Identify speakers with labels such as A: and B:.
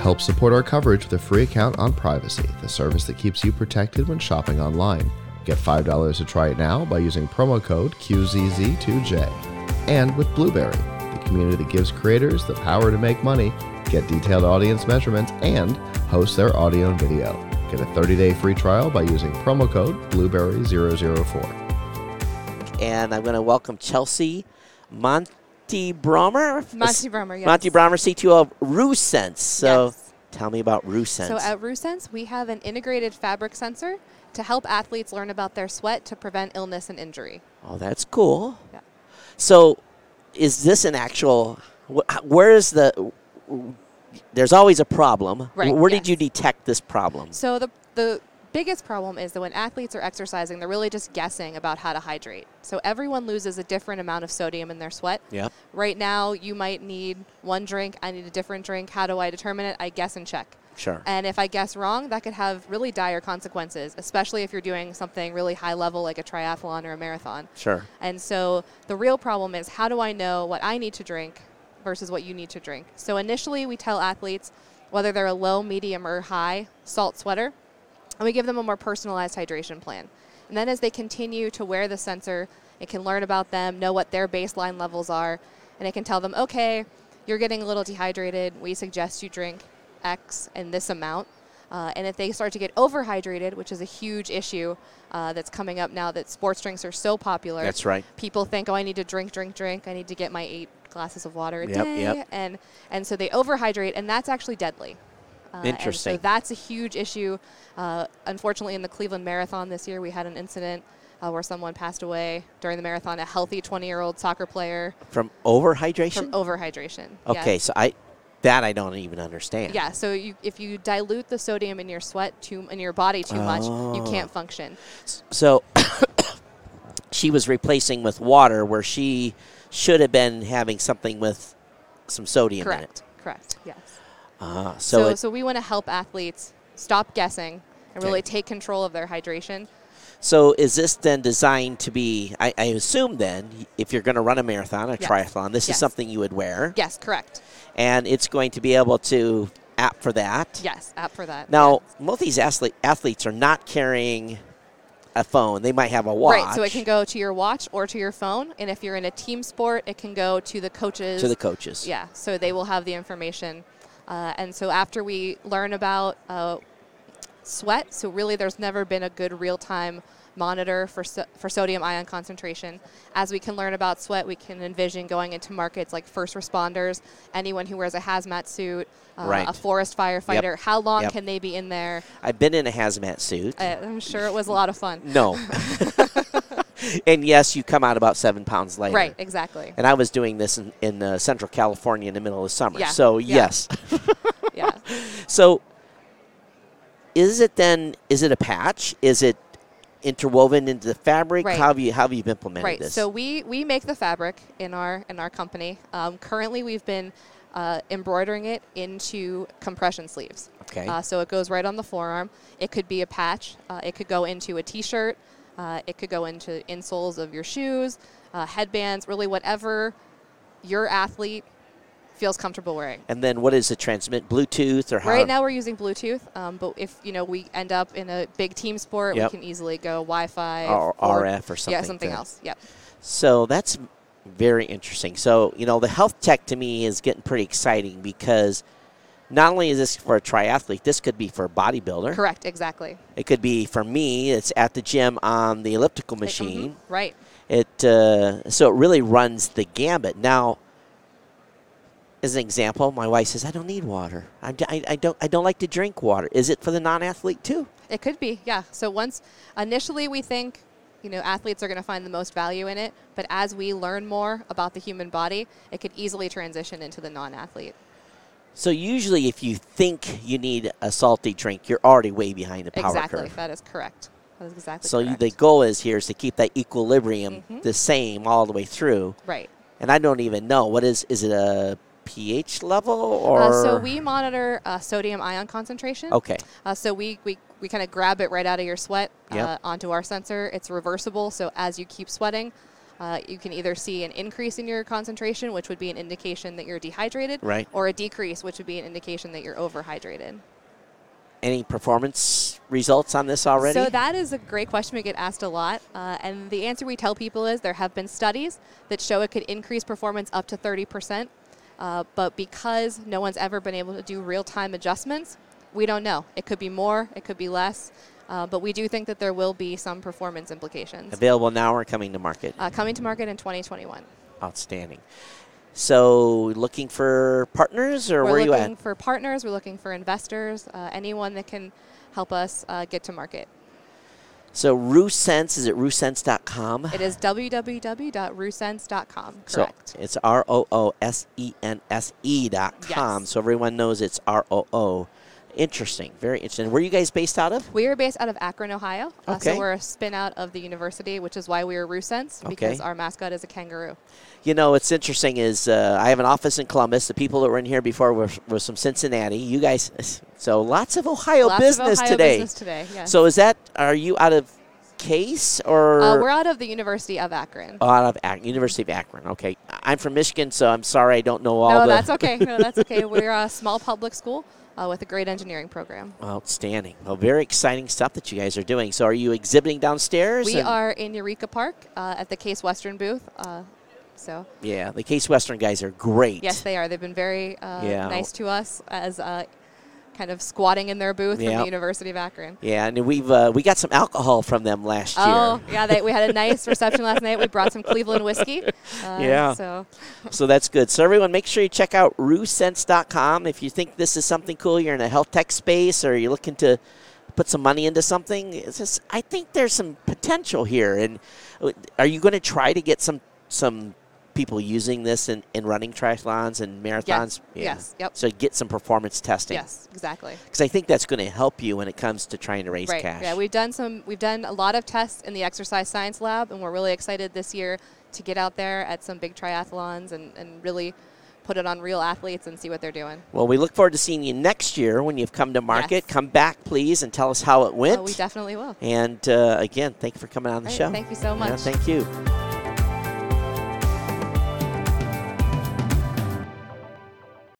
A: Help support our coverage with a free account on Privacy, the service that keeps you protected when shopping online. Get $5 to try it now by using promo code QZZ2J. And with Blueberry, the community that gives creators the power to make money, get detailed audience measurements, and host their audio and video. Get a 30 day free trial by using promo code Blueberry004.
B: and I'm going to welcome Chelsea Monty Bromer.
C: Monty Bromer, yes.
B: Monty Bromer, CTO of RuSense. So
C: Yes.
B: tell me about RuSense.
C: So uh, at RuSense, we have an integrated fabric sensor to help athletes learn about their sweat to prevent illness and injury.
B: oh, that's cool.
C: Yeah.
B: So is this an actual, wh- h- where is the, there's always a problem.
C: Right,
B: Where did
C: yes.
B: you detect this problem?
C: So the the biggest problem is that when athletes are exercising, they're really just guessing about how to hydrate. So everyone loses a different amount of sodium in their sweat.
B: Yep.
C: Right now, you might need one drink. I need a different drink. How do I determine it? I guess and check.
B: Sure.
C: And if I guess wrong, that could have really dire consequences, especially if you're doing something really high level like a triathlon or a marathon.
B: Sure.
C: And so the real problem is how do I know what I need to drink versus what you need to drink? So initially, we tell athletes whether they're a low, medium, or high salt sweater, and we give them a more personalized hydration plan. And then as they continue to wear the sensor, it can learn about them, know what their baseline levels are, and it can tell them, okay, you're getting a little dehydrated. We suggest you drink X in this amount. Uh, and if they start to get overhydrated, which is a huge issue uh, that's coming up now that sports drinks are so popular.
B: That's right.
C: People think, oh, I need to drink, drink, drink. I need to get my eight glasses of water a
B: Yep,
C: day.
B: yep.
C: And, and so they overhydrate, and that's actually deadly. Uh, and
B: Interesting.
C: so that's a huge issue. Uh, unfortunately, in the Cleveland Marathon this year, we had an incident uh, where someone passed away during the marathon, a healthy 20 year old soccer player
B: From overhydration?
C: from overhydration. Yes.
B: okay. So I, that I don't even understand.
C: Yeah, so you, if you dilute the sodium in your sweat too in your body too much, you
B: Oh.
C: can't function.
B: So she was replacing with water where she should have been having something with some sodium in it.
C: Correct. Correct. Yes.
B: Ah, so,
C: So
B: it,
C: so we want to help athletes stop guessing and really
B: Okay.
C: take control of their hydration.
B: so is this then designed to be? I, I assume then, if you're going to run a marathon, a
C: Yes.
B: triathlon, this is
C: Yes.
B: something you would wear,
C: Yes, correct.
B: and it's going to be able to app for that.
C: Yes, app for that.
B: Now, most of these athlete, athletes are not carrying a phone; they might have a watch.
C: Right, so it can go to your watch or to your phone, and if you're in a team sport, it can go to the coaches.
B: to the coaches.
C: Yeah, so they will have the information, uh, and so after we learn about uh, sweat, so really there's never been a good real-time monitor for so- for sodium ion concentration. As we can learn about sweat, we can envision going into markets like first responders, anyone who wears a hazmat suit, uh,
B: Right.
C: a forest firefighter. How long
B: Yep.
C: can they be in there?
B: I've been in a hazmat suit.
C: Uh, I'm sure it was a lot of fun.
B: No. and yes, you come out about seven pounds lighter.
C: Right, exactly.
B: And I was doing this in, in uh, Central California in the middle of summer.
C: Yeah,
B: So
C: yeah.
B: yes.
C: Yeah.
B: So is it then? Is it a patch? Is it interwoven into the fabric?
C: Right.
B: How have you how have you implemented
C: right
B: this?
C: so we we make the fabric in our in our company um, currently we've been uh, embroidering it into compression sleeves
B: Okay.
C: uh, so it goes right on the forearm it could be a patch uh, it could go into a t-shirt uh, it could go into insoles of your shoes uh, headbands really whatever your athlete feels comfortable wearing
B: and then what is it transmit? Bluetooth or how?
C: Right now we're using Bluetooth, um, but if you know we end up in a big team sport,
B: Yep.
C: we can easily go Wi-Fi
B: Or RF or
C: Yeah,
B: something
C: something
B: to-
C: else. Yep.
B: So that's very interesting. So, you know, the health tech to me is getting pretty exciting because not only is this for a triathlete, this could be for a bodybuilder.
C: Correct. Exactly.
B: It could be for me. It's at the gym on the elliptical
C: Like, mhm,
B: machine.
C: Right.
B: It uh, so it really runs the gambit. Now, as an example, my wife says, "I don't need water. I, d- I- I don't. I don't like to drink water." Is it for the non-athlete too?
C: It could be, yeah. So once initially we think, you know, athletes are going to find the most value in it, but as we learn more about the human body, it could easily transition into the non-athlete.
B: So usually, if you think you need a salty drink, you're already way behind the power
C: exactly.
B: curve.
C: That is correct. That is exactly
B: So you-
C: correct. Mm-hmm.
B: the goal is here is to keep that equilibrium the same all the way through.
C: right.
B: And I don't even know what is. Is it a pH level or?
C: Uh, so we monitor uh, sodium ion concentration.
B: Okay.
C: Uh, so we, we, we kind of grab it right out of your sweat
B: Yep.
C: uh, onto our sensor. It's reversible, so as you keep sweating, Uh, you can either see an increase in your concentration, which would be an indication that you're dehydrated,
B: Right.
C: or a decrease, which would be an indication that you're overhydrated.
B: Any performance results on this already?
C: So that is a great question we get asked a lot, uh, and the answer we tell people is there have been studies that show it could increase performance up to 30 percent, uh, but because no one's ever been able to do real-time adjustments, we don't know. It could be more, it could be less, uh, but we do think that there will be some performance implications
B: Available now or coming to market?
C: uh, coming to market in 2021.
B: Outstanding. So looking for partners or
C: We're
B: where are you
C: looking
B: at?
C: for partners, we're looking for investors, uh, anyone that can help us uh, get to market.
B: So RuSense, is it RuSense.com?
C: It is www.rusense.com.
B: So
C: Correct.
B: it's R O O S E N S E dot com.
C: Yes.
B: So everyone knows it's R O O. Interesting. Very interesting. Where are you guys based out of?
C: We are based out of Akron, Ohio. Uh,
B: Okay.
C: so we're a spin out of the university, which is why we are Roosens, because
B: Okay.
C: our mascot is a kangaroo.
B: You know, it's interesting is uh, I have an office in Columbus. The people that were in here before were, were from Cincinnati. You guys, so lots of Ohio
C: Lots
B: business
C: of Ohio
B: today.
C: business today. Uh, Yes.
B: So is that, are you out of Case or?
C: uh, we're out of the University of Akron.
B: Oh, out of Akron, University of Akron. Okay, I- I'm from Michigan, so I'm sorry I don't know all
C: no,
B: the
C: that's okay. No, that's okay. we're a small public school uh, with a great engineering program.
B: outstanding. Well, very exciting stuff that you guys are doing. So, are you exhibiting downstairs?
C: We
B: And-
C: are in Eureka Park uh, at the Case Western booth. Uh, so,
B: Yeah, the Case Western guys are great.
C: yes, they are. They've been very uh,
B: Yeah.
C: nice to us as uh, kind of squatting in their booth from
B: Yep.
C: the University of Akron.
B: yeah, and we've uh, we got some alcohol from them last
C: Oh,
B: year,
C: yeah, they, we had a nice reception last night. We brought some Cleveland whiskey. Uh,
B: Yeah.
C: So,
B: so that's good. So everyone, make sure you check out RuSense.com if you think this is something cool. You're in a health tech space, or you're looking to put some money into something. It's just, I think there's some potential here. And uh, are you going to try to get some some people using this in, in running triathlons and marathons?
C: Yes. Yep.
B: So get some performance testing.
C: yes, exactly.
B: Because I think that's going to help you when it comes to trying to raise
C: Right.
B: cash.
C: Yeah, we've done some. We've done a lot of tests in the exercise science lab, and we're really excited this year to get out there at some big triathlons and, and really put it on real athletes and see what they're doing.
B: Well, we look forward to seeing you next year when you've come to market.
C: Yes.
B: Come back, please, and tell us how it went.
C: So we definitely will.
B: and uh, again, thank you for coming on the
C: All right,
B: show.
C: thank you so
B: Yeah,
C: much.
B: thank you.